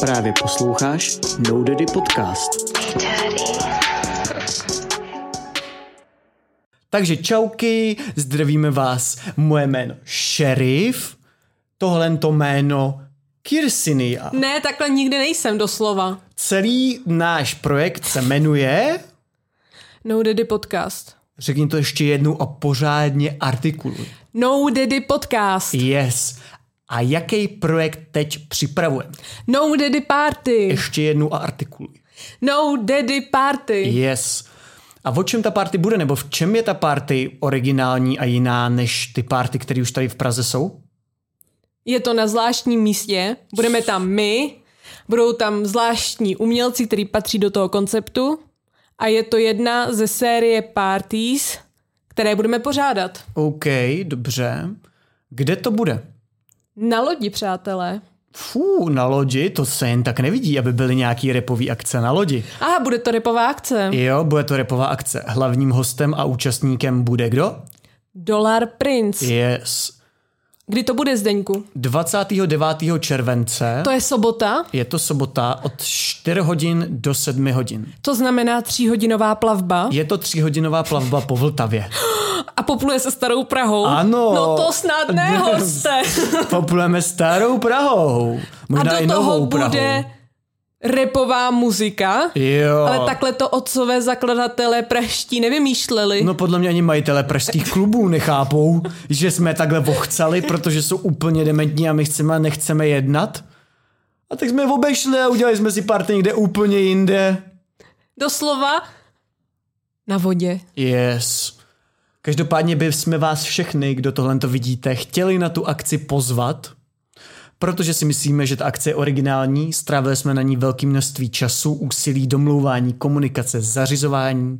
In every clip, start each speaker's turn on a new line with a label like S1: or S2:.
S1: Právě posloucháš No Daddy Podcast.
S2: Takže čauky, zdravíme vás, moje jméno Šerif, tohle to jméno Kirsinia.
S3: Ne, takhle nikdy nejsem doslova.
S2: Celý náš projekt se jmenuje,
S3: No Daddy Podcast.
S2: řekni to ještě jednou a pořádně artikuluj.
S3: No Daddy Podcast.
S2: Yes. A jaký projekt teď připravujeme?
S3: No Daddy Party.
S2: Ještě jednou a artikuluj.
S3: No Daddy Party.
S2: Yes. A o čem ta party bude, nebo v čem je ta party originální a jiná než ty party, které už tady v Praze jsou?
S3: Je to na zvláštním místě. Budeme tam my. Budou tam zvláštní umělci, který patří do toho konceptu. A je to jedna ze série parties, které budeme pořádat.
S2: OK, dobře. Kde to bude?
S3: Na lodi, přátelé.
S2: Fú, na lodi, to se jen tak nevidí, aby byly nějaký repový akce na lodi.
S3: A bude to repová akce.
S2: Jo, bude to repová akce. Hlavním hostem a účastníkem bude kdo?
S3: Dolar Prince.
S2: Yes.
S3: Kdy to bude, Zdeňku?
S2: 29. července,
S3: To je sobota,
S2: je to sobota od 4 hodin do 7 hodin.
S3: to znamená tříhodinová plavba.
S2: Je to tříhodinová plavba po Vltavě.
S3: a popluje se starou Prahou.
S2: Ano.
S3: No to snad ne, hoste.
S2: Poplujeme starou Prahou.
S3: A
S2: Možná i
S3: do toho
S2: novou Prahou.
S3: bude repová muzika.
S2: Jo.
S3: Ale takhle to otcové zakladatelé praští nevymýšleli.
S2: No podle mě ani majitele pražských klubů nechápou, že jsme takhle vochcali, protože jsou úplně dementní a my chceme a nechceme jednat. A tak jsme je obešli a udělali jsme si party někde úplně jinde.
S3: Doslova na vodě.
S2: Yes. Každopádně by jsme vás všechny, kdo tohle to vidíte, chtěli na tu akci pozvat, protože si myslíme, že ta akce je originální, strávili jsme na ní velké množství času, úsilí, domlouvání, komunikace, zařizování.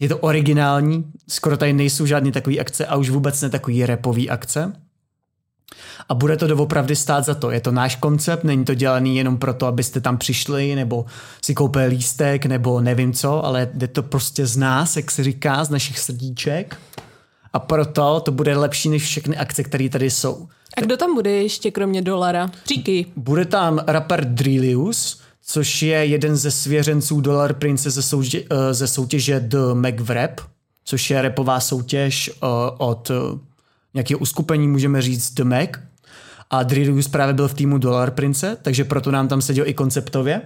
S2: Je to originální, skoro tady nejsou žádné takové akce a už vůbec ne takový repový akce. A bude to doopravdy stát za to. Je to náš koncept, není to dělaný jenom proto, abyste tam přišli, nebo si koupili lístek, nebo nevím co, ale jde to prostě z nás, jak se říká, z našich srdíček. A proto to bude lepší než všechny akce, které tady jsou.
S3: A kdo tam bude ještě kromě dolara? Říkej.
S2: Bude tam rapper Drilius, což je jeden ze svěřenců Dollar Prince ze, souže, eh, ze soutěže The Mac v Rap, což je repová soutěž eh, od eh, nějakého uskupení, můžeme říct The Mac. A Drilius právě byl v týmu Dollar Prince, takže proto nám tam seděl i konceptově.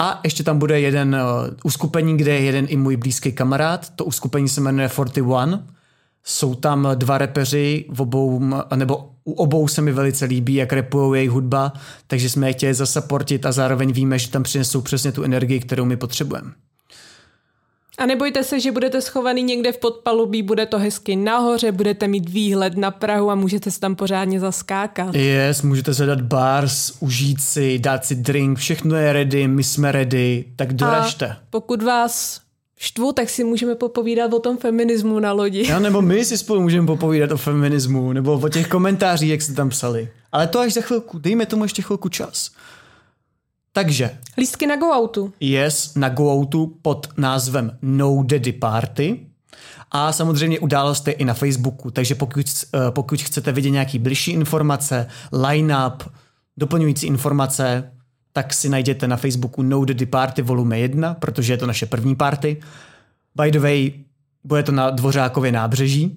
S2: A ještě tam bude jeden eh, uskupení, kde je jeden i můj blízký kamarád. To uskupení se jmenuje 41. Jsou tam dva repeři, v obou, nebo u obou se mi velice líbí, jak repujou jejich hudba, takže jsme je chtěli zasaportit a zároveň víme, že tam přinesou přesně tu energii, kterou my potřebujeme.
S3: A nebojte se, že budete schovaný někde v podpalubí, bude to hezky nahoře, budete mít výhled na Prahu a můžete se tam pořádně zaskákat.
S2: Yes, můžete se dát bars, užít si, dát si drink, všechno je ready, my jsme ready, tak doražte.
S3: A pokud vás štvu, tak si můžeme popovídat o tom feminismu na lodi.
S2: Jo, nebo my si spolu můžeme popovídat o feminismu, nebo o těch komentářích, jak jste tam psali. Ale to až za chvilku, dejme tomu ještě chvilku čas. Takže,
S3: Lístky na GoAutu.
S2: Yes na GoOutu pod názvem No Daddy Party. A samozřejmě událost je i na Facebooku, takže pokud, eh, pokud chcete vidět nějaký bližší informace, line-up, doplňující informace, tak si najděte na Facebooku No Daddy Party volume 1, protože je to naše první party. By the way, bude to na Dvořákově nábřeží,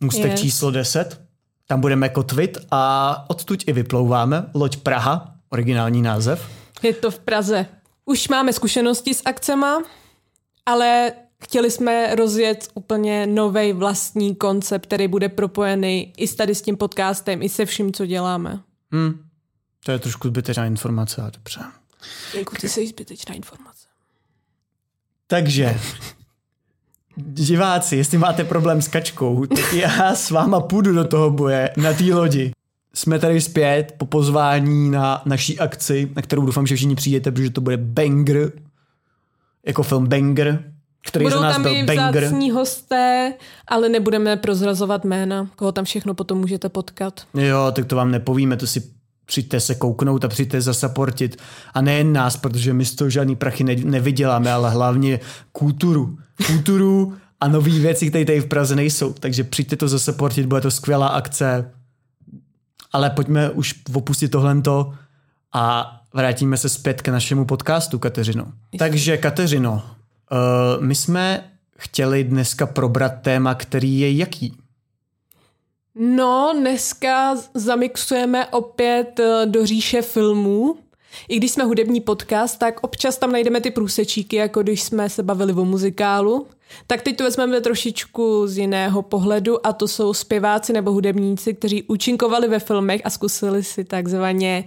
S2: můstek
S3: Yes.
S2: číslo 10. Tam budeme kotvit a odtud i vyplouváme. Loď Praha, originální název.
S3: Je to v Praze. Už máme zkušenosti s akcema, ale chtěli jsme rozjet úplně nový vlastní koncept, který bude propojený i s tady s tím podcastem, i se vším, co děláme.
S2: To je trošku zbytečná informace, ale dobře.
S3: Jako ty jsi zbytečná informace.
S2: Takže, diváci, jestli máte problém s kačkou, tak já s váma půjdu do toho boje na té lodi. Jsme tady zpět po pozvání na naší akci, na kterou doufám, že všichni přijdete, protože to bude banger, jako film banger, který
S3: Budou
S2: za nás
S3: tam i
S2: byl banger.
S3: vzácní hosté, ale nebudeme prozrazovat jména, koho tam všechno potom můžete potkat.
S2: Jo, tak to vám nepovíme, to si přijďte se kouknout a přijďte zasaportit. A nejen nás, protože my z toho žádný prachy ne- nevyděláme, ale hlavně kulturu. Kulturu a nové věci, které tady v Praze nejsou. Takže přijďte to zasaportit, bude to skvělá akce. Ale pojďme už opustit tohle A vrátíme se zpět k našemu podcastu, Kateřino. Takže, Kateřino, uh, my jsme chtěli dneska probrat téma, který je jaký?
S3: No, dneska zamixujeme opět eh, do říše filmů. I když jsme hudební podcast, tak občas tam najdeme ty průsečíky, jako když jsme se bavili o muzikálu. Tak teď to vezmeme trošičku z jiného pohledu a to jsou zpěváci nebo hudebníci, kteří účinkovali ve filmech a zkusili si takzvaně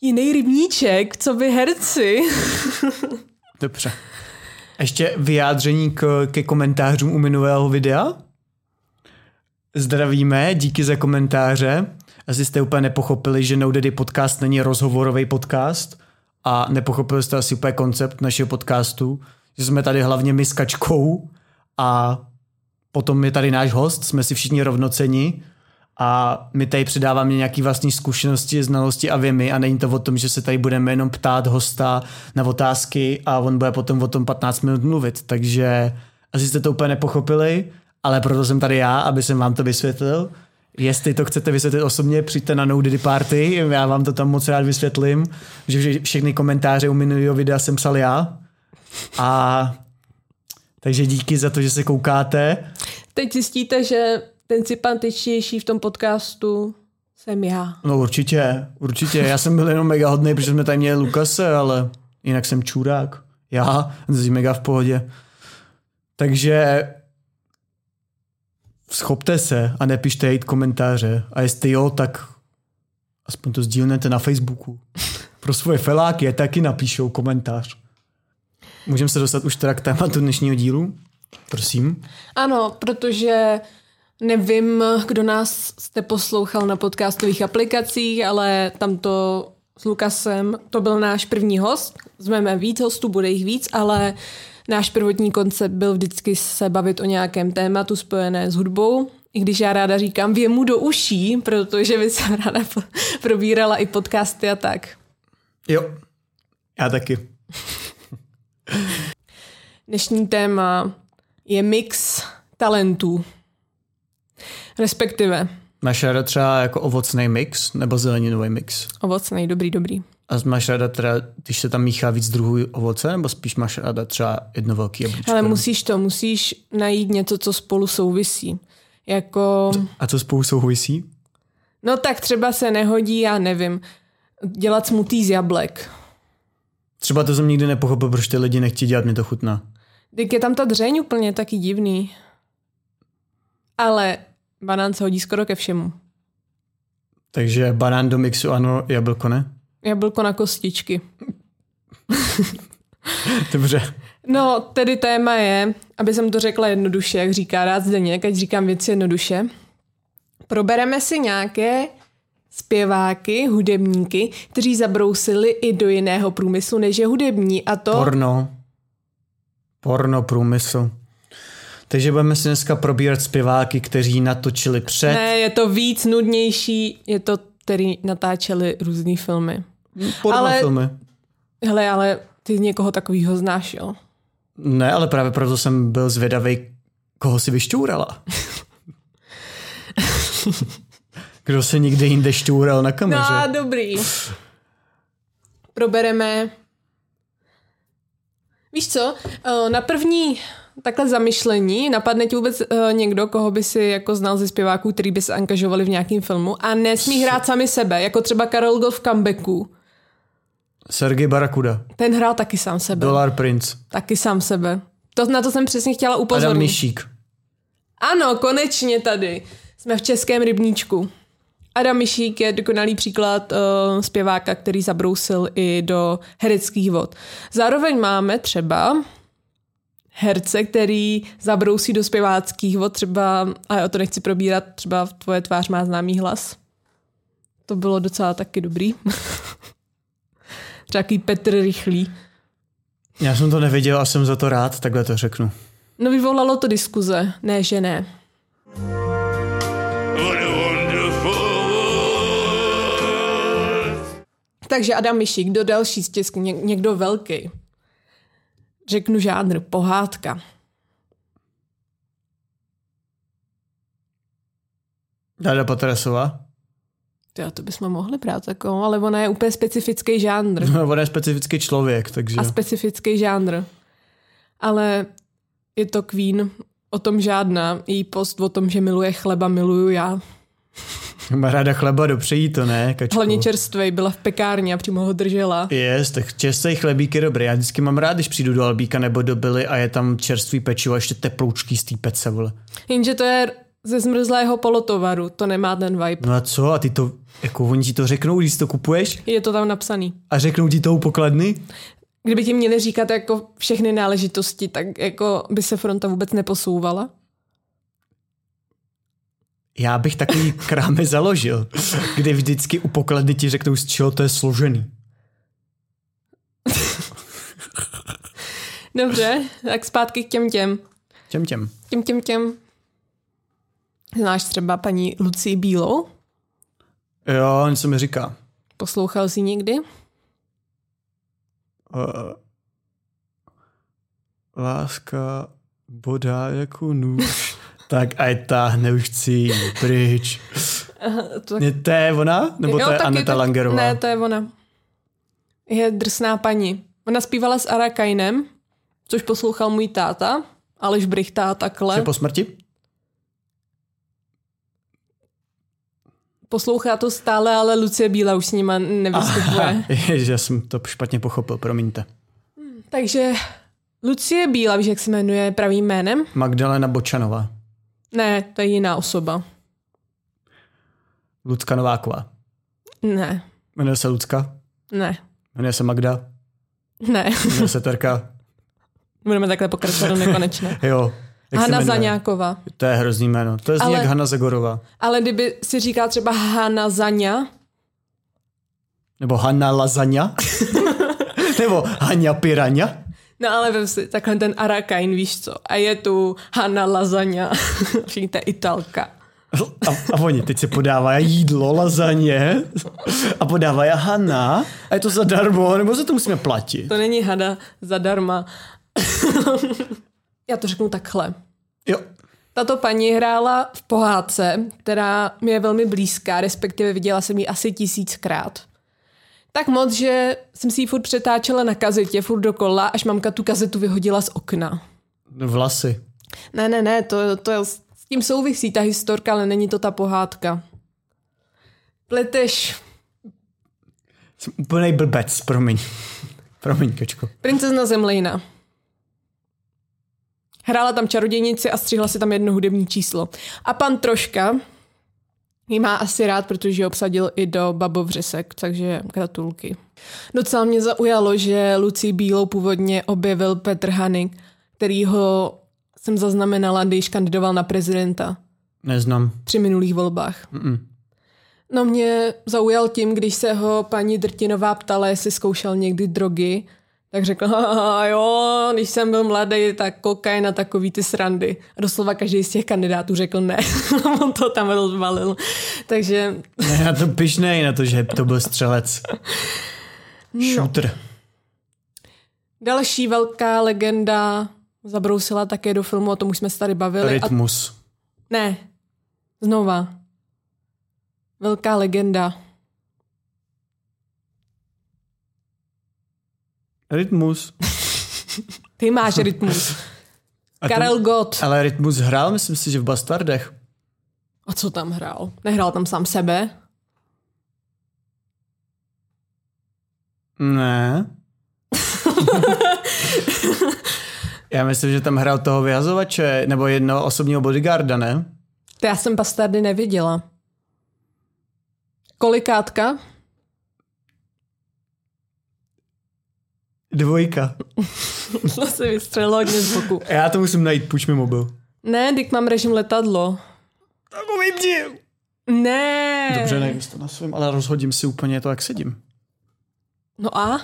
S3: jiný rybníček, co by herci.
S2: Dobře. A Ještě vyjádření k, ke komentářům u minulého videa. Zdravíme, díky za komentáře. Asi jste úplně nepochopili, že No Daddy podcast není rozhovorový podcast a nepochopili jste asi úplně koncept našeho podcastu, že jsme tady hlavně my s Kačkou a potom je tady náš host, jsme si všichni rovnoceni a my tady předáváme nějaké vlastní zkušenosti, znalosti a věmy a není to o tom, že se tady budeme jenom ptát hosta na otázky a on bude potom o tom 15 minut mluvit, takže asi jste to úplně nepochopili, ale proto jsem tady já, aby jsem vám to vysvětlil. Jestli to chcete vysvětlit osobně, přijďte na No Diddy Party, já vám to tam moc rád vysvětlím, že vše- všechny komentáře u minulého videa jsem psal já. A takže díky za to, že se koukáte.
S3: Teď zjistíte, že ten sympatičnější v tom podcastu jsem já.
S2: No určitě, určitě. Já jsem byl jenom mega hodný, protože jsme tady měli Lukase, ale jinak jsem čurák. Já, jsem mega v pohodě. Takže schopte se a nepište hate komentáře. A jestli jo, tak aspoň to sdílnete na Facebooku. Pro svoje feláky je taky napíšou komentář. Můžeme se dostat už teda k tématu dnešního dílu? Prosím.
S3: Ano, protože nevím, kdo nás jste poslouchal na podcastových aplikacích, ale tam to s Lukasem, to byl náš první host, zmeme víc hostů, bude jich víc, ale náš prvotní koncept byl vždycky se bavit o nějakém tématu spojené s hudbou, i když já ráda říkám věmu do uší, protože vy jsem ráda po- probírala i podcasty a tak.
S2: Jo. Já taky.
S3: Dnešní téma je mix talentů. Respektive
S2: Máš ráda třeba jako ovocný mix nebo zeleninový mix?
S3: ovocnej, dobrý, dobrý.
S2: A máš ráda teda, když se tam míchá víc druhů ovoce, nebo spíš máš ráda třeba jedno velký jablíčko?
S3: Ale musíš to, musíš najít něco, co spolu souvisí. Jako,
S2: A co spolu souvisí?
S3: no tak třeba se nehodí, já nevím, dělat smutý z jablek.
S2: Třeba to jsem nikdy nepochopil, proč ty lidi nechtějí dělat, mě to chutná.
S3: Teď je tam ta dřeň úplně taky divný. Ale banán se hodí skoro ke všemu.
S2: Takže banán do mixu ano, jablko ne?
S3: Jablko na kostičky.
S2: Dobře.
S3: No, tedy téma je, aby jsem to řekla jednoduše, jak říká rád Zdeněk, ať říkám věci jednoduše. Probereme si nějaké zpěváky, hudebníky, kteří zabrousili i do jiného průmyslu, než je hudební. A to
S2: Porno. Porno průmysl. Takže budeme si dneska probírat zpěváky, kteří natočili před.
S3: ne, je to víc nudnější, je to, který natáčeli různé filmy.
S2: porno
S3: ale-
S2: filmy.
S3: Hele, ale ty někoho takového znáš, jo?
S2: Ne, ale právě proto jsem byl zvědavý, koho si vyšťourala. Kdo se nikde jinde šťoural na
S3: No,
S2: kameře?
S3: dobrý. Probereme. Víš co, eh, na první takhle zamyšlení napadne ti vůbec eh, někdo, koho by si jako znal ze zpěváků, který by se angažovali v nějakém filmu a nesmí hrát sami sebe, jako třeba Karel Gott v comebacku.
S2: Sergej Barakuda,
S3: Ten hrál taky sám sebe.
S2: Dollar Prince,
S3: Taky sám sebe. To, na to jsem přesně chtěla
S2: Adam
S3: upozornit.
S2: Mišík.
S3: Ano, konečně tady. Jsme v českém rybníčku. Adam Mišík je dokonalý příklad uh, zpěváka, který zabrousil i do hereckých vod. Zároveň máme třeba herce, který zabrousí do zpěváckých vod, třeba, ale o to nechci probírat, třeba v tvoje tvář má známý hlas. To bylo docela taky dobrý. třeba takový Petr Rychlý.
S2: Já jsem to neviděl a jsem za to rád, takhle to řeknu.
S3: No vyvolalo to diskuze, ne že ne.
S4: What a wonderful world.
S3: Takže Adam Mišík, kdo další stisk, Ně- někdo velký. Řeknu žánr, pohádka.
S2: Dada Patrasová?
S3: Jo, to bychom mohli brát takovou, ale ona je úplně specifický žánr.
S2: No, Ona je specifický člověk, takže...
S3: a specifický žánr. Ale je to Queen, o tom žádná. Její post o tom, že miluje chleba, miluju já.
S2: Má ráda chleba, dobře jí to, ne? Kačku?
S3: Hlavně čerstvej, byla v pekárně a přímo ho držela.
S2: Jest, tak čerstvý chlebík je dobrý. Já vždycky mám rád, když přijdu do Albíka nebo do Byly a je tam čerstvý pečivo a ještě teploučký z té pece, vole.
S3: Jenže to je ze zmrzlého polotovaru, to nemá ten vibe.
S2: No a co? A ty to, jako oni ti to řeknou, když si to kupuješ?
S3: Je to tam napsaný.
S2: A řeknou ti to u pokladny?
S3: Kdyby ti měli říkat jako všechny náležitosti, tak jako by se fronta vůbec neposouvala.
S2: Já bych takový kráme založil, kde vždycky u pokladny ti řeknou, z čeho to je složený.
S3: Dobře, tak zpátky k těm těm.
S2: Těm těm.
S3: Těm těm těm. Znáš třeba paní Lucii Bílou?
S2: Jo, něco mi říká.
S3: Poslouchal jsi někdy?
S2: Uh, láska bodá jako nůž. tak aj táhne už chci jít pryč.
S3: Eh, To
S2: Ne, to je ona? Nebo to je
S3: taky,
S2: Aneta
S3: tak-
S2: Langerová?
S3: Ne, to je ona. Je drsná paní. Ona zpívala s Arakajnem, což poslouchal můj táta, Aleš Brichtá takhle.
S2: Že po smrti?
S3: Poslouchá to stále, ale Lucie Bíla už s nima nevystupuje.
S2: Ježiš, já jsem to špatně pochopil, promiňte.
S3: Takže Lucie Bíla, víš, jak se jmenuje pravým jménem?
S2: Magdalena Bočanová.
S3: Ne, to je jiná osoba.
S2: Lucka Nováková.
S3: Ne,
S2: Jmenuje se Lucka,
S3: ne,
S2: jmenuje se Magda,
S3: ne.
S2: jmenuje se Terka.
S3: Budeme takhle pokračovat do nekonečna.
S2: Jo. jak se
S3: Hanna
S2: jmenuje?
S3: Zaňáková.
S2: To je hrozný jméno. To je zní
S3: Ale-
S2: jak Hanna Zagorová.
S3: Ale kdyby si říká třeba Hanna Zaňa,
S2: Nebo Hanna Lazaňa. Nebo Hania Piraňa.
S3: No ale vem si, takhle ten Arakain, víš co, a je tu Hanna Lasagna, všichni ta Italka.
S2: A, a oni teď se podává jídlo, lazaně a podává je Hanna a je to zadarmo, nebo za to musíme platit.
S3: To není hada zadarma. Já to řeknu takhle.
S2: Jo,
S3: Tato paní hrála v pohádce, která mi je velmi blízká, respektive viděla jsem ji asi tisíckrát. Tak moc, že jsem si ji furt přetáčela na kazetě, furt dokola, až mamka tu kazetu vyhodila z okna.
S2: No, vlasy.
S3: Ne, ne, ne, to, to je, s tím souvisí ta historka, ale není to ta pohádka. Pleteš.
S2: Jsem úplnej blbec, promiň. Promiň, kačko.
S3: Princezna Zemlejna. Hrála tam čarodějnici a střihla si tam jedno hudební číslo. A pan Troška ji má asi rád, protože ji obsadil i do Babovřesek, takže gratulky. Docela mě zaujalo, že Lucí Bílou původně objevil Petr Hanik, který ho jsem zaznamenala, když kandidoval na prezidenta.
S2: Neznám.
S3: při minulých volbách. Mm-mm. No mě zaujal tím, když se ho paní Drtinová ptala, jestli zkoušel někdy drogy, tak řekl, "Haha, jo, když jsem byl mladý, tak kokain a takový ty srandy. A doslova každý z těch kandidátů řekl ne. No, On to tam rozvalil. Takže
S2: Ne, na to pišnej, na to, že to byl střelec.
S3: No.
S2: Shooter.
S3: další velká legenda zabrousila také do filmu, o tom už jsme se tady bavili. A
S2: Rytmus.
S3: Ne. Znova. Velká legenda.
S2: Rytmus.
S3: Ty máš rytmus.
S2: A ten-
S3: Karel Gott.
S2: Ale Rytmus hrál, myslím si, že v Bastardech.
S3: A co tam hrál? Nehrál tam sám sebe?
S2: Ne. Já myslím, že tam hrál toho vyhazovače, nebo jednoho osobního bodyguarda, ne?
S3: To já jsem bastardy neviděla. Kolikátka?
S2: Dvojka.
S3: To se vystřelilo hodně z boku.
S2: Já to musím najít, půjč mi mobil.
S3: Ne, teď mám režim letadlo.
S2: Takový ti.
S3: Ne.
S2: Dobře, nevím, to na svém, ale rozhodím si úplně to, jak sedím.
S3: No a?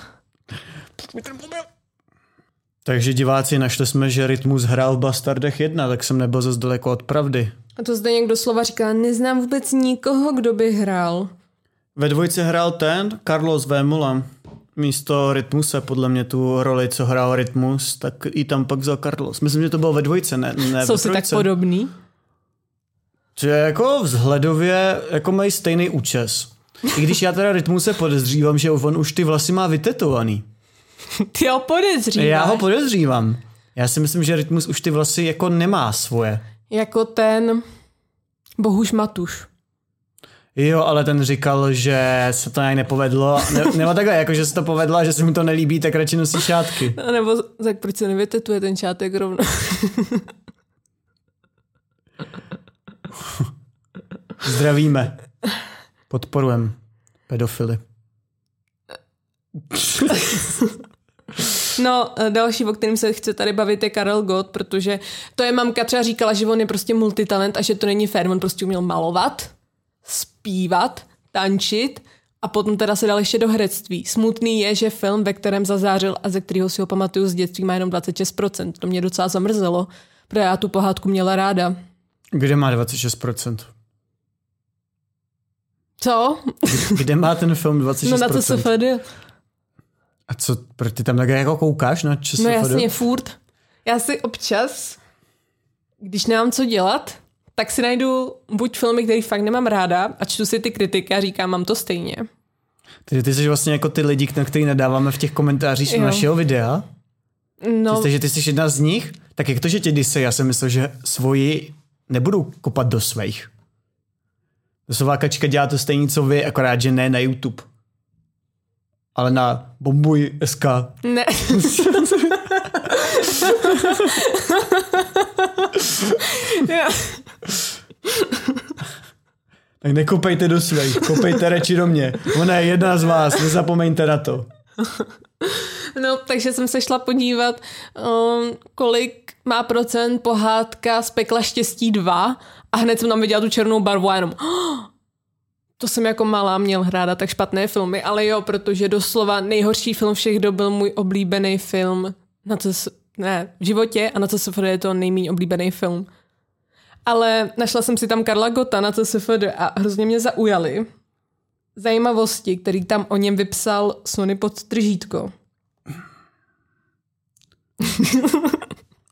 S2: Takže diváci, našli jsme, že Rytmus hrál v Bastardech 1, tak jsem nebyl zase daleko od pravdy.
S3: A to zde někdo slova říká, neznám vůbec nikoho, kdo by hrál.
S2: Ve dvojce hrál ten, Carlos Vémola. Místo Rytmuse, podle mě tu roli, co hrál Rytmus, tak i tam pak vzal Carlos. Myslím, že to bylo ve dvojce, ne, ne
S3: Jsou
S2: ve
S3: si tak
S2: trojce.
S3: podobný?
S2: Že jako vzhledově, jako mají stejný účes. I když já teda rytmu se podezřívám, že on už ty vlasy má vytetovaný.
S3: Ty ho podezříváš.
S2: Já ho podezřívám. Já si myslím, že Rytmus už ty vlasy jako nemá svoje.
S3: Jako ten Bohuš Matuš.
S2: Jo, ale ten říkal, že se to nějak nepovedlo. Ne, nebo takhle, jako že se to povedlo a že se mu to nelíbí, tak radši nosí šátky.
S3: A Nebo tak proč se nevytetuje ten čátek rovno?
S2: Zdravíme. Podporujem pedofily.
S3: No, eh, další, o kterém se chce tady bavit, je Karel Gott, protože to je mamka třeba říkala, že on je prostě multitalent a že to není fér. On prostě uměl malovat, zpívat, tančit a potom teda se dal ještě do herectví. Smutný je, že film, ve kterém zazářil a ze kterého si ho pamatuju z dětství, má jenom 26%. To mě docela zamrzelo, protože já tu pohádku měla ráda.
S2: Kde má 26%?
S3: Co?
S2: Kde má ten film 26%?
S3: No na to se fedy.
S2: A co, proč ty tam takhle jako koukáš na ČSFD?
S3: No jasně, furt. Já si občas, když nemám co dělat, tak si najdu buď filmy, který fakt nemám ráda a čtu si ty kritiky a říkám, mám to stejně.
S2: Ty, ty jsi vlastně jako ty lidi, na který nadáváme v těch komentářích
S3: Jo.
S2: jo. našeho videa.
S3: No,
S2: Jste, že ty jsi jedna z nich? Tak jak to, že tě dise? Já jsem myslel, že svoji nebudu kopat do svých. Dosová kačka dělá to stejný, co vy, akorát, že ne na YouTube. Ale na bombuj SK.
S3: ne. Já-
S2: Tak nekopejte do svých, kopejte radši do mě. Ona je jedna z vás, nezapomeňte na to.
S3: no, takže jsem se šla podívat, um, kolik má procent pohádka z pekla štěstí 2 a hned jsem tam viděla tu černou barvu a jenom "Oh, To jsem jako malá měl hráda, tak špatné filmy, ale jo, protože doslova nejhorší film všech dob byl můj oblíbený film na co s- ne, v životě a na co se je to nejméně oblíbený film. Ale našla jsem si tam Karla Gota na CSFD a hrozně mě zaujaly zajímavosti, který tam o něm vypsal Sony pod tržítko.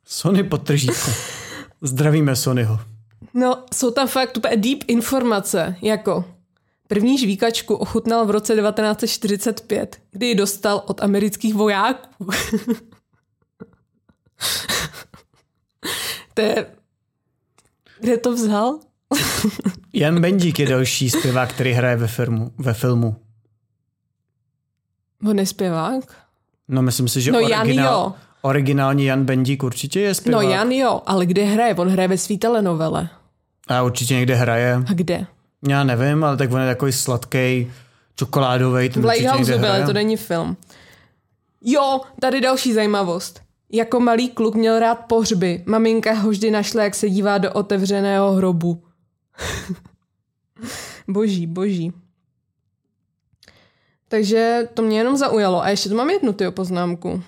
S2: Sony potržítko. Zdravíme Sonyho.
S3: No, jsou tam fakt úplně deep informace, jako první žvíkačku ochutnal v roce 1945, kdy ji dostal od amerických vojáků. to je... Kde to vzal?
S2: Jan Bendík je další zpěvák, který hraje ve filmu. Ve filmu.
S3: On je zpěvák?
S2: No myslím si, že
S3: No, Jan
S2: originál,
S3: jo.
S2: originální Jan Bendík určitě je
S3: No
S2: zpěvák.
S3: Jan jo, ale kde hraje? On hraje ve svý telenovele.
S2: A určitě někde hraje.
S3: A kde?
S2: Já nevím, ale tak on je takový sladký, čokoládový. Ten určitě
S3: Lighthouse
S2: někde
S3: byl,
S2: hraje.
S3: to není film. Jo, tady další zajímavost. Jako malý kluk měl rád pohřby. Maminka ho vždy našla, jak se dívá do otevřeného hrobu. boží, boží. Takže to mě jenom zaujalo. A ještě tu mám jednu tyjo poznámku.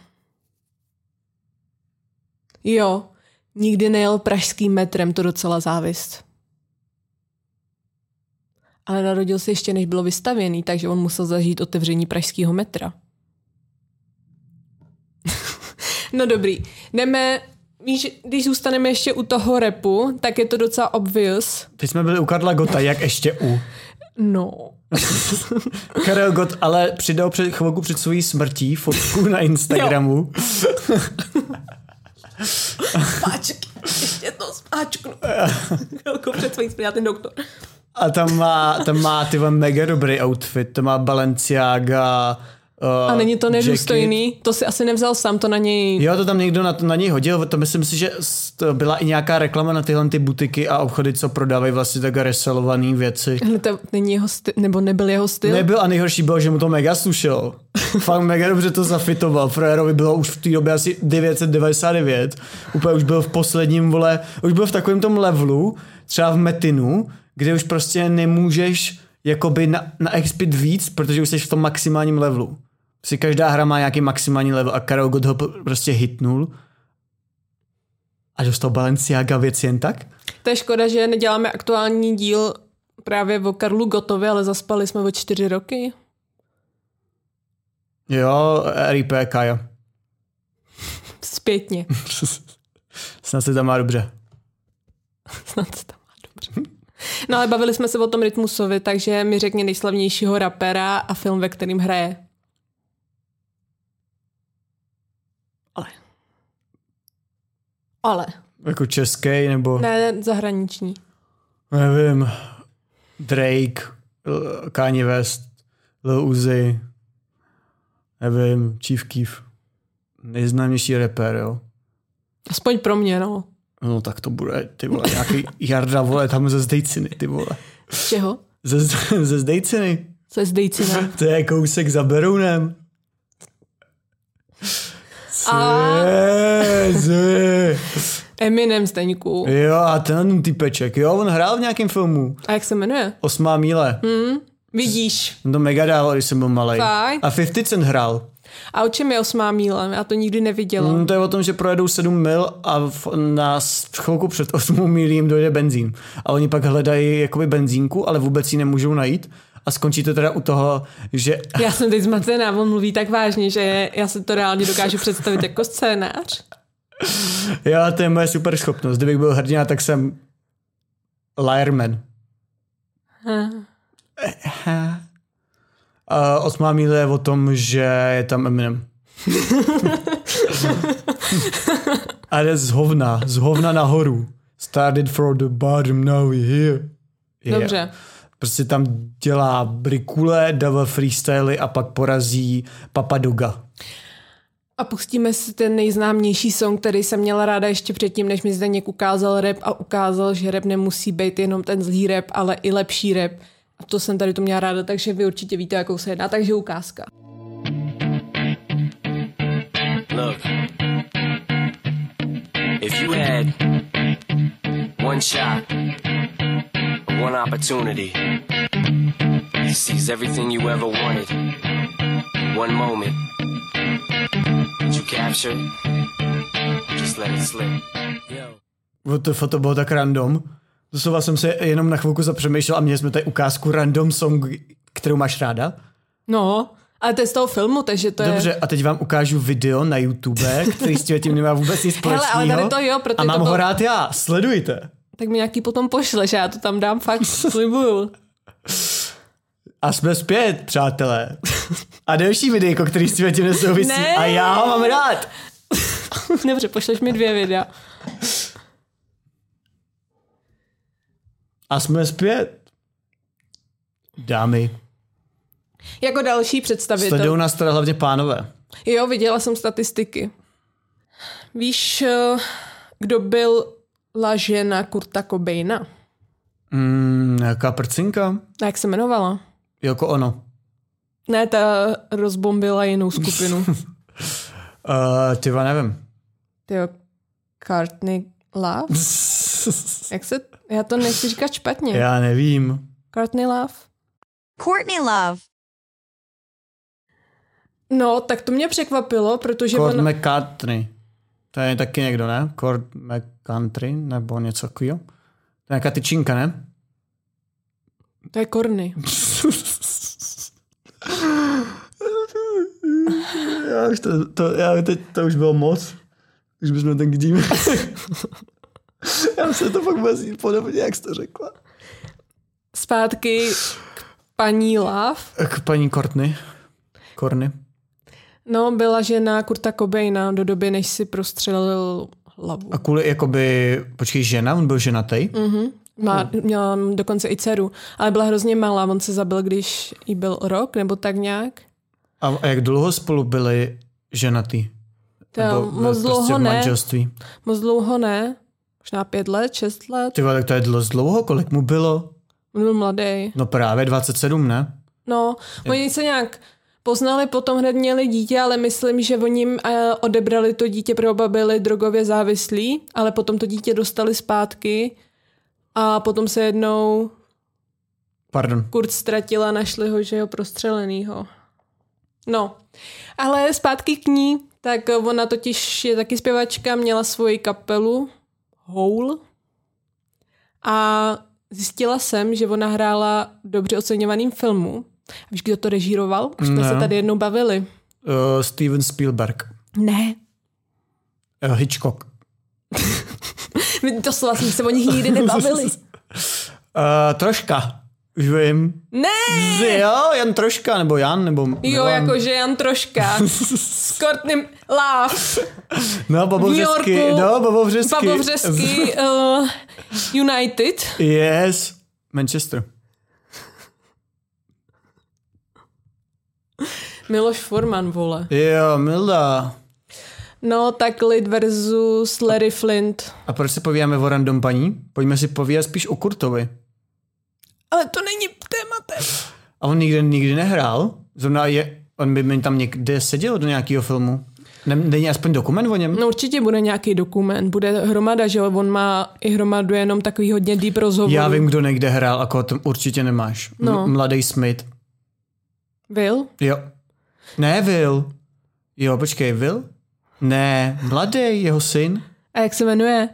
S3: Jo, nikdy nejel pražským metrem, to docela závist. Ale narodil se ještě, než bylo vystavěný, takže on musel zažít otevření pražského metra. no dobrý, jdeme, víš, když zůstaneme ještě u toho repu, tak je to docela obvious.
S2: Teď jsme byli u Karla Gota, jak ještě u.
S3: No.
S2: Karel Gott ale přidal před chvilku před svojí smrtí fotku na Instagramu.
S3: Páček, ještě to spáčknu. Chvilku před svým smrtí, já ten doktor.
S2: A tam má, tam má ty vole, mega dobrý outfit, tam má Balenciaga, uh,
S3: A není to nedůstojný? To si asi nevzal sám, to na něj...
S2: Jo, to tam někdo na, na něj hodil, to myslím si, že s- to byla i nějaká reklama na tyhle ty butiky a obchody, co prodávají vlastně tak reselované věci.
S3: Hele, Hm, to není jeho styl, nebo nebyl jeho styl?
S2: Nebyl a nejhorší bylo, že mu to mega slušelo. Fakt mega dobře to zafitoval. Frojerovi bylo už v té době asi 999. Úplně už byl v posledním vole, už byl v takovém tom levelu, třeba v Metinu, kde už prostě nemůžeš jakoby na, na expit víc, protože už jsi v tom maximálním levelu. Si každá hra má nějaký maximální level a Karel God ho p- prostě hitnul a dostal Balenciaga věc jen tak.
S3: To je škoda, že neděláme aktuální díl právě o Karlu Gotovi, ale zaspali jsme o čtyři roky.
S2: Jo, RIP Kaja.
S3: Zpětně.
S2: Snad se tam má dobře.
S3: Snad se tam má dobře. No ale bavili jsme se o tom Rytmusovi, takže mi řekni nejslavnějšího rapera a film, ve kterým hraje. Ale. Ale.
S2: Jako český nebo...
S3: Ne, ne, zahraniční.
S2: Nevím. Drake, L- Kanye West, Lil Uzi, nevím, Chief Keef. Nejznámější rapper, jo.
S3: Aspoň pro mě, no.
S2: No tak to bude, ty vole, nějaký Jarda, vole, tam ze Zdejciny, ty vole.
S3: Z čeho?
S2: Ze, Z- ze Zdejciny.
S3: Co je zdejcina?
S2: To je kousek za Berounem.
S3: A-
S2: Cézy.
S3: Eminem Zdeňku.
S2: Jo, a ten typeček, jo, on hrál v nějakém filmu.
S3: A jak se jmenuje?
S2: Osmá míle.
S3: Vidíš.
S2: On to mega dával, když jsem byl malý.
S3: Fakt?
S2: A 50 Cent hrál.
S3: A o čem je osmá míla? Já to nikdy neviděla.
S2: No, to je o tom, že projedou 7 mil a v, na s- chvilku před 8 milí jim dojde benzín. A oni pak hledají jakoby benzínku, ale vůbec ji nemůžou najít. A skončí to teda u toho, že
S3: Já jsem teď zmatená, on mluví tak vážně, že já se to reálně dokážu představit jako scénář.
S2: jo, to je moje super schopnost. Kdybych byl hrdina, tak jsem liarman. A osmá míle je o tom, že je tam Eminem. A jde z hovna, z hovna nahoru. Started from the bottom, now we here. Yeah.
S3: Dobře.
S2: Prostě tam dělá brikule, dává freestyly a pak porazí Papadoga.
S3: A pustíme si ten nejznámější song, který jsem měla ráda ještě předtím, než mi Zdeněk ukázal rap a ukázal, že rap nemusí být jenom ten zlý rap, ale i lepší rap. A to jsem tady to měla ráda, takže vy určitě víte, jakou se jedná. Takže ukázka.
S5: Look, if you had one shot, one opportunity to seize everything you ever wanted, one moment that you captured, just let it slip. Yo.
S2: What the fuck, to bylo tak random. Doslova jsem se jenom na chvilku zapřemýšlel a měli jsme tady ukázku random song, kterou máš ráda.
S3: No, ale to je z toho filmu, takže to
S2: Dobře,
S3: je...
S2: a teď vám ukážu video na YouTube, který s tím- tím nemá vůbec nic
S3: Hele,
S2: společného.
S3: ale tady to jo, protože
S2: A
S3: to
S2: mám
S3: byl-
S2: ho rád já, sledujte.
S3: Tak mi nějaký potom pošleš, já to tam dám fakt, slibuju.
S2: A jsme zpět, přátelé. A další videjko, který s tím tím nesouvisí.
S3: Ne.
S2: A já ho mám rád.
S3: Dobře, pošleš mi dvě videa.
S2: A jsme zpět. Dámy.
S3: Jako další představitel.
S2: Sledují nás teda hlavně pánové.
S3: Jo, viděla jsem statistiky. Víš, eh, kdo byl la žena Kurta Cobaina?
S2: Mm, jaká prcinka?
S3: A Jak se jmenovala?
S2: Jako ono.
S3: Ne, ta rozbombila jinou skupinu.
S2: Uh, ty vole, nevím.
S3: Tyjo, Courtney Love? Jak se... Já to nechci říkat špatně.
S2: Já nevím.
S3: Courtney Love?
S6: Courtney Love.
S3: No, tak to mě překvapilo, protože
S2: Cord
S3: on...
S2: McCartney. To je taky někdo, ne? Cord McCountry nebo něco takového. To je nějaká tyčinka, ne?
S3: To je Korny.
S2: já už to, to, já, teď, to už bylo moc. Už bychom ten kdím. já se to fakt vůbec podobně, jak jsi to řekla.
S3: Zpátky k paní Love.
S2: K paní Kortny. Korny.
S3: No, byla žena Kurta Cobaina do doby, než si prostřelil hlavu.
S2: A kvůli, jakoby, počkej, žena? On byl ženatý?
S3: Má, měla dokonce i dceru, ale byla hrozně malá. On se zabil, když jí byl rok nebo tak nějak.
S2: A, a jak dlouho spolu byli ženatý?
S3: To moc
S2: prostě
S3: dlouho
S2: v
S3: ne,
S2: manželství.
S3: moc dlouho ne. Možná pět let, šest let.
S2: Ty vole, tak to je dlo- dlouho, kolik mu bylo?
S3: On byl mladý.
S2: No právě 27, ne?
S3: No, oni se nějak poznali, potom hned měli dítě, ale myslím, že oni jim eh, odebrali to dítě, protože oba byli drogově závislí, ale potom to dítě dostali zpátky a potom se jednou
S2: Pardon.
S3: Kurt ztratila, našli ho, že jo, prostřelenýho. No, ale zpátky k ní, tak ona totiž je taky zpěvačka, měla svoji kapelu Hole a zjistila jsem, že ona hrála dobře oceňovaným filmu. Víš, kdo to režíroval? Už jsme
S2: Ne.
S3: se tady jednou bavili.
S2: Uh, Steven Spielberg.
S3: Ne.
S2: Uh, Hitchcock.
S3: My to slova jsme se o nich nikdy nebavili.
S2: Uh, troška. Už vím.
S3: Ne!
S2: Z- Jo, jen troška, nebo Jan, nebo
S3: Jo,
S2: Milan.
S3: jakože Jan Troška. S Courtney Love.
S2: No,
S3: V New Yorku.
S2: Babovřesky. No, Babovřesky.
S3: Babovřesky,
S2: eh,
S3: uh, United.
S2: yes. Manchester.
S3: Miloš Forman, vole.
S2: Jo, Milda.
S3: No, tak Lid versus Larry Flint.
S2: A proč se povídáme o random paní? Pojďme si povídat spíš o Kurtovi.
S3: Ale to není tématem.
S2: A on nikde nikdy nehrál. Zrovna je, on by mi tam někde seděl do nějakého filmu. Ne, není aspoň dokument o něm?
S3: No určitě bude nějaký dokument, bude hromada, že jo? on má i hromadu jenom takový hodně deep rozhovor.
S2: Já vím, kdo někde hrál, a koho tam určitě nemáš.
S3: No.
S2: M- Mladý Smith.
S3: Will?
S2: Jo. Ne, Will. Jo, počkej, Will? Ne, mladý, jeho syn.
S3: A jak se jmenuje?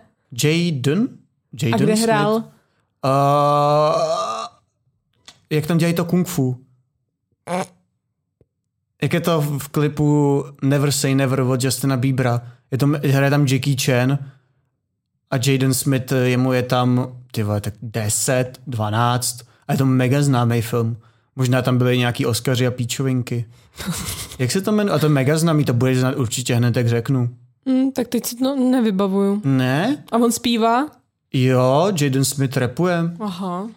S2: Jaden? Jaden
S3: A kde
S2: Smith.
S3: hrál?
S2: Uh, jak tam dělají to kung fu? Jak je to v klipu Never Say Never od Justina Biebera? Je tam, hraje tam Jackie Chan a Jaden Smith, eh, jemu je tam ty vole, tak 10, 12 a je to mega známý film. Možná tam byly nějaký Oscary a píčovinky. Jak se to jmenuje? A to je mega známý, to budeš znát určitě hned, jak řeknu.
S3: Hm, tak teď si to nevybavuju.
S2: Ne?
S3: A on zpívá?
S2: Jo, Jaden Smith repuje.
S3: Aha.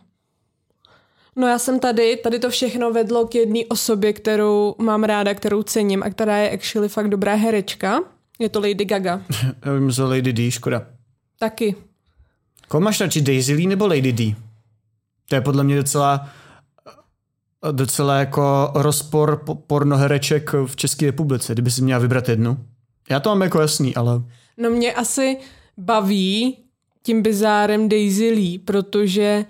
S3: No já jsem tady, tady to všechno vedlo k jedné osobě, kterou mám ráda, kterou cením a která je actually fakt dobrá herečka. Je to Lady Gaga.
S2: Já vím, za Lady D, škoda.
S3: Taky.
S2: Koho máš radši, Daisy Lee nebo Lady D? To je podle mě docela docela jako rozpor po- pornohereček v České republice, kdyby si měla vybrat jednu. Já to mám jako jasný, ale
S3: No mě asi baví tím bizárem Daisy Lee, protože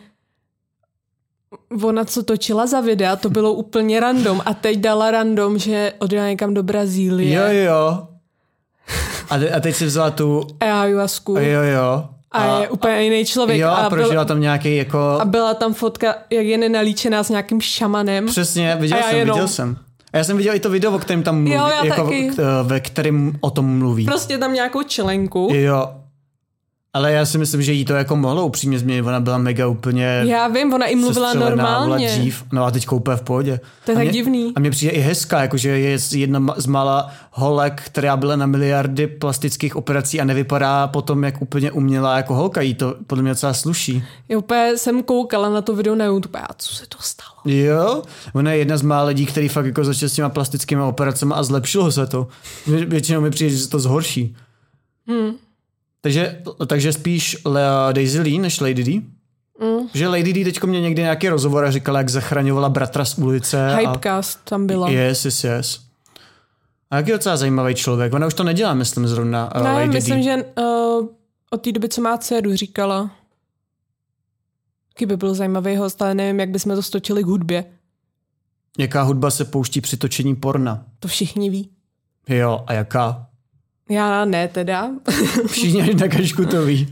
S3: ona co točila za videa, to bylo úplně random a teď dala random, že odjela někam do Brazílie.
S2: jo, jo. A, te, a teď si vzala tu
S3: A ayahuasku.
S2: jo, jo.
S3: A, je úplně jiný člověk.
S2: jo, a
S3: a, byl,
S2: prožila tam nějaký jako...
S3: a byla tam fotka, jak je nenalíčená s nějakým šamanem.
S2: Přesně, viděl
S3: A já
S2: jsem,
S3: jenom-
S2: viděl jsem. A já jsem viděl i to video, o kterém tam mluví,
S3: já
S2: jako,
S3: taky.
S2: k- ve kterém o tom mluví.
S3: Prostě tam nějakou členku.
S2: Jo. Ale já si myslím, že jí to jako mohlo upřímně změnit. Ona byla mega úplně
S3: Já vím, ona i mluvila
S2: sestřelená,
S3: normálně.
S2: byla Dřív. No a teď koupé v pohodě.
S3: To je
S2: a
S3: tak
S2: mě,
S3: divný.
S2: A mě přijde i hezká, jakože je jedna ma- z mála holek, která byla na miliardy plastických operací a nevypadá potom jak úplně umělá jako holka. Jí to podle mě docela sluší.
S3: Jo, úplně jsem koukala na to video na YouTube a co se to stalo?
S2: Jo, ona je jedna z mála lidí, který fakt jako začal s těma plastickými operacemi a zlepšilo se to. Vě- Většinou mi přijde, že se to zhorší. Hmm. Takže, takže spíš Le- Daisy Lee než Lady D? Mm. Že Lady D teďko mě někdy nějaký rozhovor a říkala, jak zachraňovala bratra z ulice.
S3: Hypecast tam byla.
S2: A... Yes, yes, yes. A jak je docela zajímavý člověk. Ona už to nedělá, myslím, zrovna uh,
S3: Ne,
S2: Lady
S3: myslím,
S2: D.
S3: že uh, od té doby, co má dceru, říkala. Kdyby byl zajímavý host, ale nevím, jak bychom to stočili k hudbě.
S2: Jaká hudba se pouští při točení porna?
S3: To všichni ví.
S2: Jo, a jaká?
S3: Já ne teda.
S2: Všichni až na kačku to ví.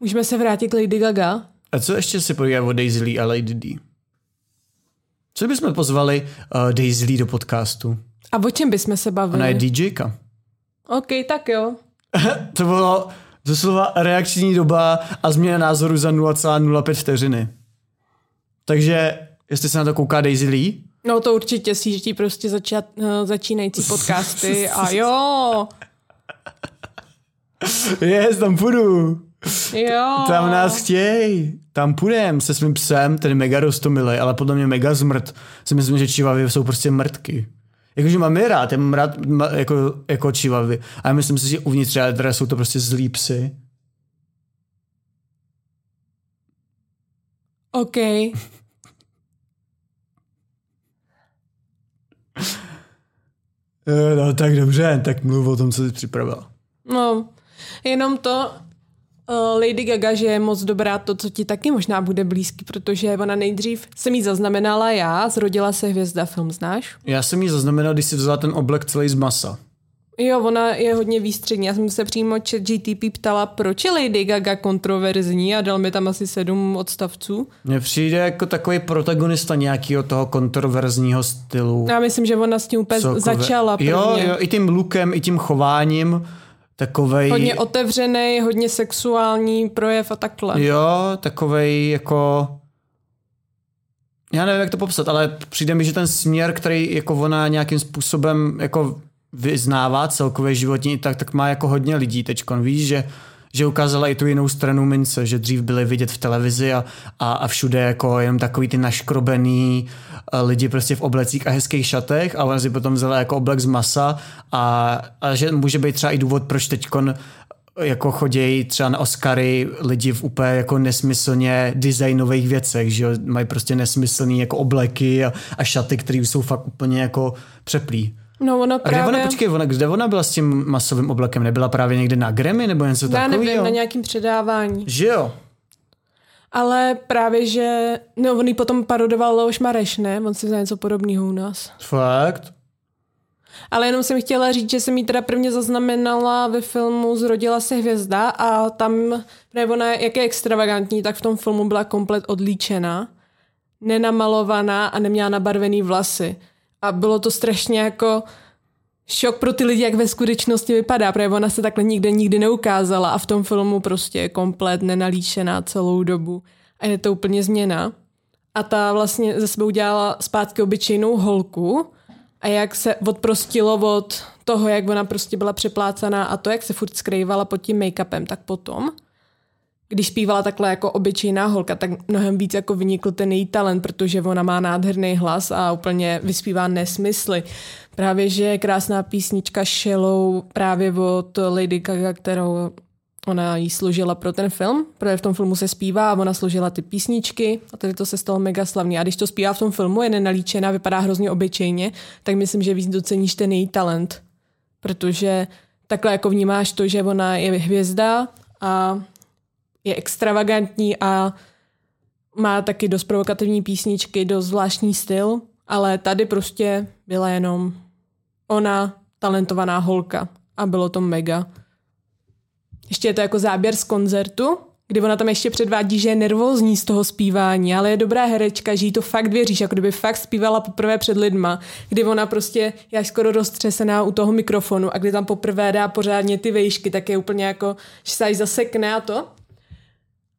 S3: Můžeme se vrátit k Lady Gaga.
S2: A co ještě si povídá o Daisy Lee a Lady D? Co bychom pozvali uh, Daisy Lee do podcastu?
S3: A o čem bychom se bavili?
S2: Ona je DJka.
S3: OK, tak jo.
S2: To bylo doslova reakční doba a změna názoru za 0,05 vteřiny. Takže jestli se na to kouká Daisy Lee,
S3: No to určitě síždí prostě začát, eh, začínající podcasty a jo,
S2: jest, tam půjdu.
S3: jo.
S2: Tam nás chtěj. Tam půjdem se svým psem, ten je mega rostomilej, ale podle mě mega zmrt. Si myslím, že čivavy jsou prostě mrtky. Jakože mám je rád, já mám rád ma- jako, jako čivavy. A já myslím si, že uvnitř jádra jsou to prostě zlí psy.
S3: OK.
S2: Eh, No tak dobře, tak mluv o tom, co jsi připravil.
S3: No, jenom to eh, Lady Gaga, že je moc dobrá to, co ti taky možná bude blízký, protože ona nejdřív jsem jí zaznamenala já, zrodila se hvězda film, znáš?
S2: Já jsem ji zaznamenal, když si vzala ten oblek celý z masa.
S3: Jo, ona je hodně výstřední. Já jsem se přímo chat GTP ptala, proč je Lady Gaga kontroverzní a dal mi tam asi sedm odstavců.
S2: Mně přijde jako takový protagonista nějakého toho kontroverzního stylu.
S3: Já myslím, že ona s tím úplně
S2: celkově.
S3: No, začala prvně.
S2: Jo, jo, i tím lookem, i tím chováním. Takovej...
S3: Hodně otevřený, hodně sexuální projev a takhle.
S2: Jo, takovej jako... Já nevím, jak to popsat, ale přijde mi, že ten směr, který jako ona nějakým způsobem jako vyznává celkově životní, tak, tak má jako hodně lidí teďkon. Víš, že, že ukázala i tu jinou stranu mince, že dřív byly vidět v televizi a, a, a všude jako jenom takový ty naškrobený eh, lidi prostě v oblecích a hezkých šatech a ona si potom vzala jako oblek z masa a, a že může být třeba i důvod, proč teďkon jako chodějí třeba na Oscary lidi v úplně jako nesmyslně designových věcech, že jo? mají prostě nesmyslný jako obleky a, a šaty, které jsou fakt úplně jako přeplý.
S3: No ona
S2: A kde ona,
S3: právě,
S2: počkej, ona, kde ona byla s tím masovým oblekem? Nebyla právě někde na Grammy nebo něco
S3: já nevím,
S2: takového?
S3: na nějakým předávání.
S2: Že jo?
S3: Ale právě, že... No, on ji potom parodoval Leoš Mareš, ne? On si vzal něco podobného u nás.
S2: Fakt?
S3: Ale jenom jsem chtěla říct, že jsem ji teda prvně zaznamenala ve filmu Zrodila se hvězda a tam, nebo ona, jak je extravagantní, tak v tom filmu byla komplet odlíčena, nenamalovaná a neměla nabarvený vlasy. A bylo to strašně jako šok pro ty lidi, jak ve skutečnosti vypadá, protože ona se takhle nikde nikdy neukázala a v tom filmu prostě je komplet nenalíčená celou dobu. A je to úplně změna. A ta vlastně ze sebe udělala zpátky obyčejnou holku a jak se odprostilo od toho, jak ona prostě byla přeplácaná a to, jak se furt skrývala pod tím make-upem, tak potom, když zpívala takhle jako obyčejná holka, tak mnohem víc jako vynikl ten její talent, protože ona má nádherný hlas a úplně vyspívá nesmysly. Právě, že je krásná písnička Shallow právě od Lady Gaga, kterou ona jí složila pro ten film, protože v tom filmu se zpívá a ona složila ty písničky a tedy to se stalo mega slavný. A když to zpívá v tom filmu, je nenalíčená, vypadá hrozně obyčejně, tak myslím, že víc doceníš ten její talent, protože takhle jako vnímáš to, že ona je hvězda a je extravagantní a má taky dost provokativní písničky, dost zvláštní styl, ale tady prostě byla jenom ona talentovaná holka a bylo to mega. Ještě je to jako záběr z koncertu, kdy ona tam ještě předvádí, že je nervózní z toho zpívání, ale je dobrá herečka, že jí to fakt věříš, jako kdyby fakt zpívala poprvé před lidma, kdy ona prostě je až skoro roztřesená u toho mikrofonu a kdy tam poprvé dá pořádně ty vejšky, tak je úplně jako, že se až zasekne a to.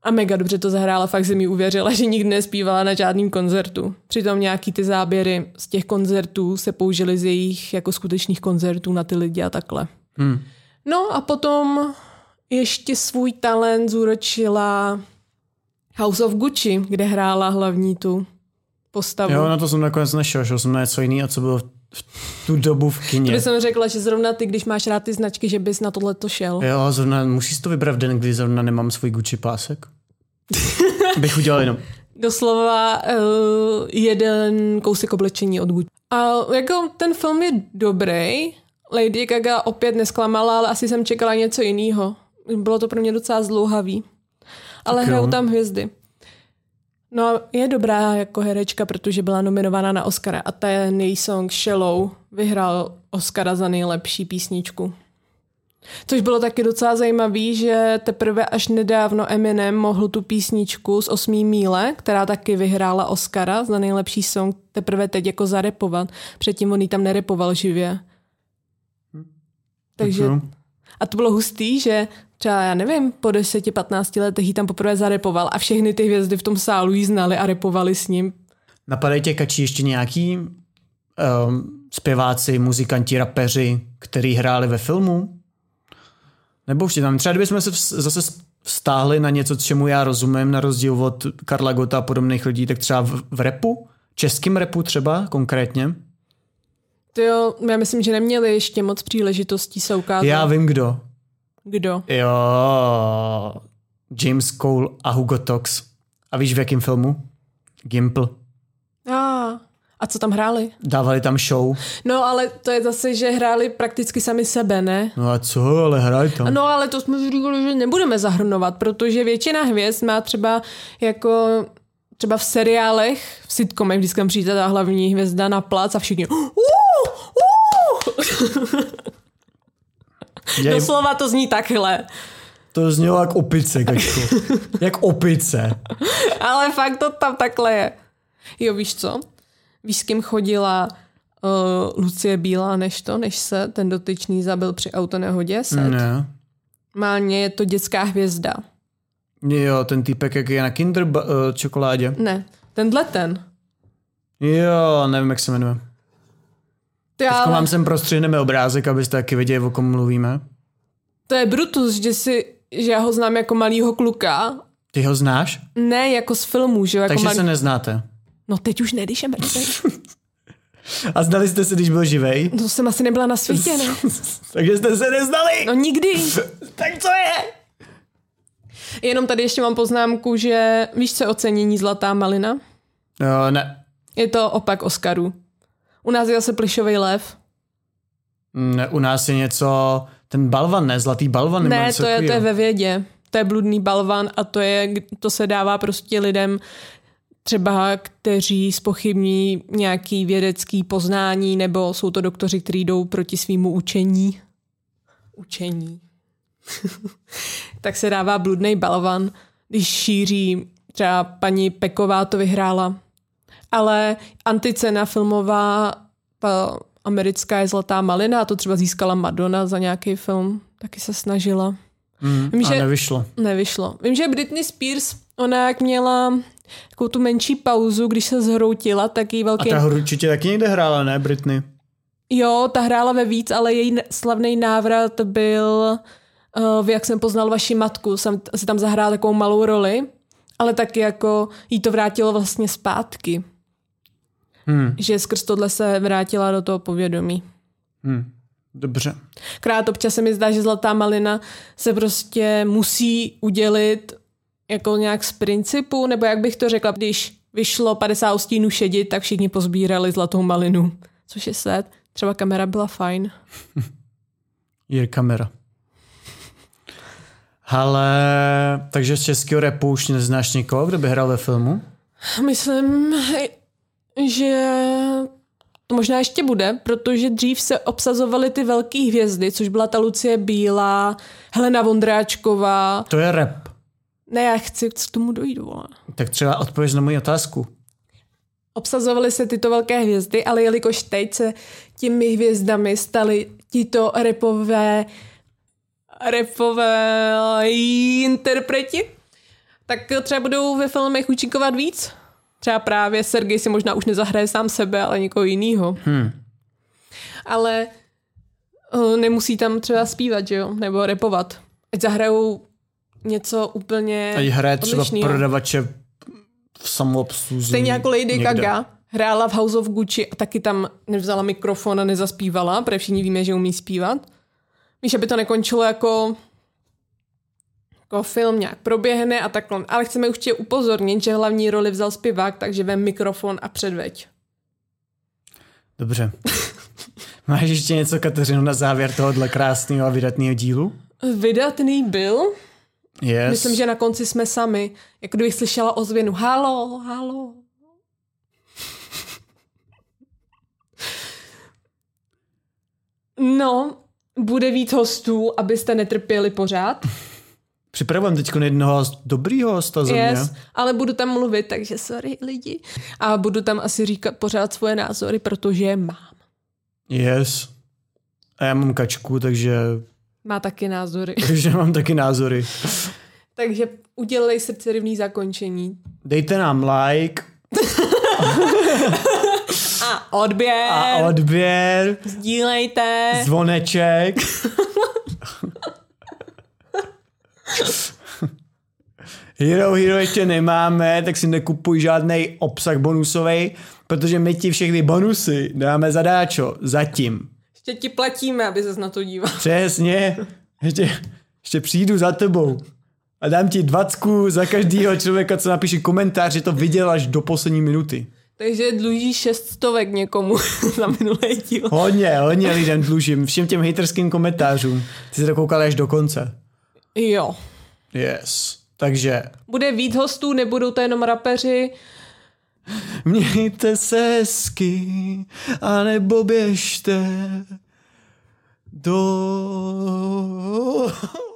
S3: A mega dobře to zahrála, fakt jsem mi uvěřila, že nikdy nespívala na žádném koncertu. Přitom nějaký ty záběry z těch koncertů se použily z jejich jako skutečných koncertů na ty lidi a takhle. Hmm. No a potom ještě svůj talent zúročila House of Gucci, kde hrála hlavní tu postavu.
S2: Jo, no, na to jsem nakonec nešel, šel jsem na něco jiného, co bylo v tu dobu v
S3: To
S2: kině.
S3: bych jsem řekla, že zrovna ty, když máš rád ty značky, že bys na tohle to šel.
S2: Jo, zrovna musíš to vybrat v den, kdy zrovna nemám svůj Gucci pásek. Bych udělal jenom.
S3: doslova uh, jeden kousek oblečení od Gucci. A jako ten film je dobrý, Lady Gaga opět nesklamala, ale asi jsem čekala něco jiného. Bylo to pro mě docela zdlouhavý. Ale
S2: Tak jo.
S3: hrajou tam hvězdy. No a je dobrá jako herečka, protože byla nominovaná na Oscara a ten její song Shallow vyhrál Oscara za nejlepší písničku. Což bylo taky docela zajímavý, že teprve až nedávno Eminem mohl tu písničku z 8 míle, která taky vyhrála Oscara za nejlepší song, teprve teď jako zarepovat. Předtím on ji tam nerepoval živě. Takže,
S2: Jo.
S3: a to bylo hustý, že třeba, já nevím, po 10-15 letech ji tam poprvé zarepoval a všechny ty hvězdy v tom sálu ji znali a repovali s ním.
S2: Napadají tě kačí ještě nějaký um, zpěváci, muzikanti, rapeři, který hráli ve filmu? Nebo už je tam třeba, kdybychom se vz- zase s- vztáhli na něco, čemu já rozumím, na rozdíl od Karla Gota a podobných lidí, tak třeba v, v repu, českým repu třeba konkrétně.
S3: To jo, já myslím, že neměli ještě moc příležitostí se ukázat,
S2: Já vím kdo.
S3: kdo.
S2: Jo, James Cole a Hugo Tox. A víš v jakém filmu? Gimple.
S3: A, a co tam hráli?
S2: Dávali tam show.
S3: No ale to je zase, že hráli prakticky sami sebe, ne?
S2: No a co, ale hraj tam.
S3: No ale to jsme říkali, že nebudeme zahrnovat, protože většina hvězd má třeba jako třeba v seriálech, v sitcomech vždycky tam přijde ta hlavní hvězda na plac a všichni "Uh, uh!"
S2: Jej,
S3: Doslova to zní takhle.
S2: to znělo jak opice, Kačku. jak opice.
S3: Ale fakt to tam takhle je. Jo, víš co? Víš, s kým chodila uh, Lucie Bílá než to, než se ten dotyčný zabil při autonehodě. Set.
S2: Ne.
S3: Málně je to dětská hvězda.
S2: Jo, ten týpek, jak je na kinder ba- eh, čokoládě.
S3: Ne, tenhle ten.
S2: Jo, nevím, jak se jmenuje.
S3: To, já,
S2: Teďko vám sem prostřihneme obrázek, abyste taky věděli, o kom mluvíme.
S3: to je Brutus, že, si, že já ho znám jako malýho kluka.
S2: Ty ho znáš?
S3: Ne jako z filmů, že jo? Jako
S2: Takže
S3: malý...
S2: se neznáte.
S3: No teď už ne, když je mrtvý.
S2: A znali jste se, když byl živej?
S3: To jsem asi nebyla na světě, ne?
S2: Takže jste se neznali!
S3: No nikdy.
S2: Tak co je?
S3: Jenom tady ještě mám poznámku, že víš, co je ocenění Zlatá malina?
S2: No, ne.
S3: Je to opak Oscaru. U nás je zase plišový lev.
S2: ne. U nás je něco... Ten balvan, ne? Zlatý balvan? nebo
S3: Ne,
S2: něco
S3: to je, to je
S2: takovýho.
S3: ve vědě. To je bludný balvan a to, je, to se dává prostě lidem, třeba kteří spochybní nějaký vědecký poznání, nebo jsou to doktoři, kteří jdou proti svýmu učení. Učení. tak se dává bludný balvan, když šíří třeba paní Peková to vyhrála. Ale anticena filmová pa, americká je Zlatá malina a to třeba získala Madonna za nějaký film. Taky se snažila. Mm, Vím,
S2: A nevyšlo.
S3: Nevyšlo. Vím, že Britney Spears, ona jak měla takovou tu menší pauzu, když se zhroutila, tak jí
S2: A
S3: velký...
S2: ta hru určitě taky někde hrála, ne, Britney?
S3: Jo, ta hrála ve víc, ale její n- slavný návrat byl uh, v Jak jsem poznal vaši matku. Jsem si tam zahrála takovou malou roli, ale taky jako jí to vrátilo vlastně zpátky. Hmm. Že skrz tohle se vrátila do toho povědomí.
S2: Dobře.
S3: krát občas se mi zdá, že zlatá malina se prostě musí udělit jako nějak z principu, nebo jak bych to řekla, když vyšlo 50 stínů šedit, tak všichni pozbírali zlatou malinu, což je set. Třeba kamera byla fajn.
S2: Je kamera. Ale, takže z českého repu už neznáš nikoho, kdo by hrál ve filmu?
S3: Myslím, že to možná ještě bude, protože dřív se obsazovaly ty velké hvězdy, což byla ta Lucie Bílá, Helena Vondráčková.
S2: To je rap.
S3: Ne, já chci k tomu dojít, vole.
S2: Tak třeba odpověď na moji otázku.
S3: Obsazovaly se tyto velké hvězdy, ale jelikož teď se těmi hvězdami staly tito repové, repové interpreti, tak třeba budou ve filmech účinkovat víc. Třeba právě Sergej si možná už nezahraje sám sebe, ale někoho jiného. Hmm. Ale eh, nemusí tam třeba zpívat, že jo? Nebo repovat. Ať zahrajou něco úplně
S2: Ať hraje třeba
S3: odlišnýho.
S2: prodavače v samoobslužení.
S3: Stejně jako Lady
S2: někde.
S3: Gaga hrála v House of Gucci a taky tam nevzala mikrofon a nezaspívala, protože všichni víme, že umí zpívat. Víš, aby to nekončilo jako, jako film nějak proběhne a takhle. Ale chceme už tě upozornit, že hlavní roli vzal zpěvák, takže vem mikrofon a předveď.
S2: Dobře. Máš ještě něco, Kateřinu, na závěr tohohle krásného a vydatného dílu?
S3: Vydatný byl,
S2: Yes.
S3: myslím, že na konci jsme sami, jak kdybych slyšela ozvěnu halo, halo. No, bude víc hostů, abyste netrpěli pořád.
S2: Připravujeme teď jednoho host, dobrýho hosta ze mě.
S3: Yes, ale budu tam mluvit, takže sorry lidi. A budu tam asi říkat pořád svoje názory, protože je mám.
S2: yes. A já mám kačku, takže,
S3: Má taky názory.
S2: takže mám taky názory.
S3: takže udělej srdcerivný zakončení.
S2: Dejte nám like
S3: A odběr,
S2: a odběr,
S3: sdílejte.
S2: zvoneček. Hero Hero ještě nemáme, tak si nekupuj žádný obsah bonusový, protože my ti všechny bonusy dáme zadáčo, zatím.
S3: Ještě ti platíme, aby ses na to díval.
S2: Přesně. Ještě, ještě přijdu za tebou a dám ti dvacku za každého člověka, co napíše komentář, že to viděl až do poslední minuty.
S3: Takže dluží šest stovek někomu za minulý díl.
S2: Hodně, hodně lidem dlužím. Všem těm haterským komentářům. Ty jsi to koukal až do konce.
S3: Jo.
S2: Yes. Takže
S3: Bude víc hostů, nebudou to jenom rapeři.
S2: mějte se hezky a nebo běžte do...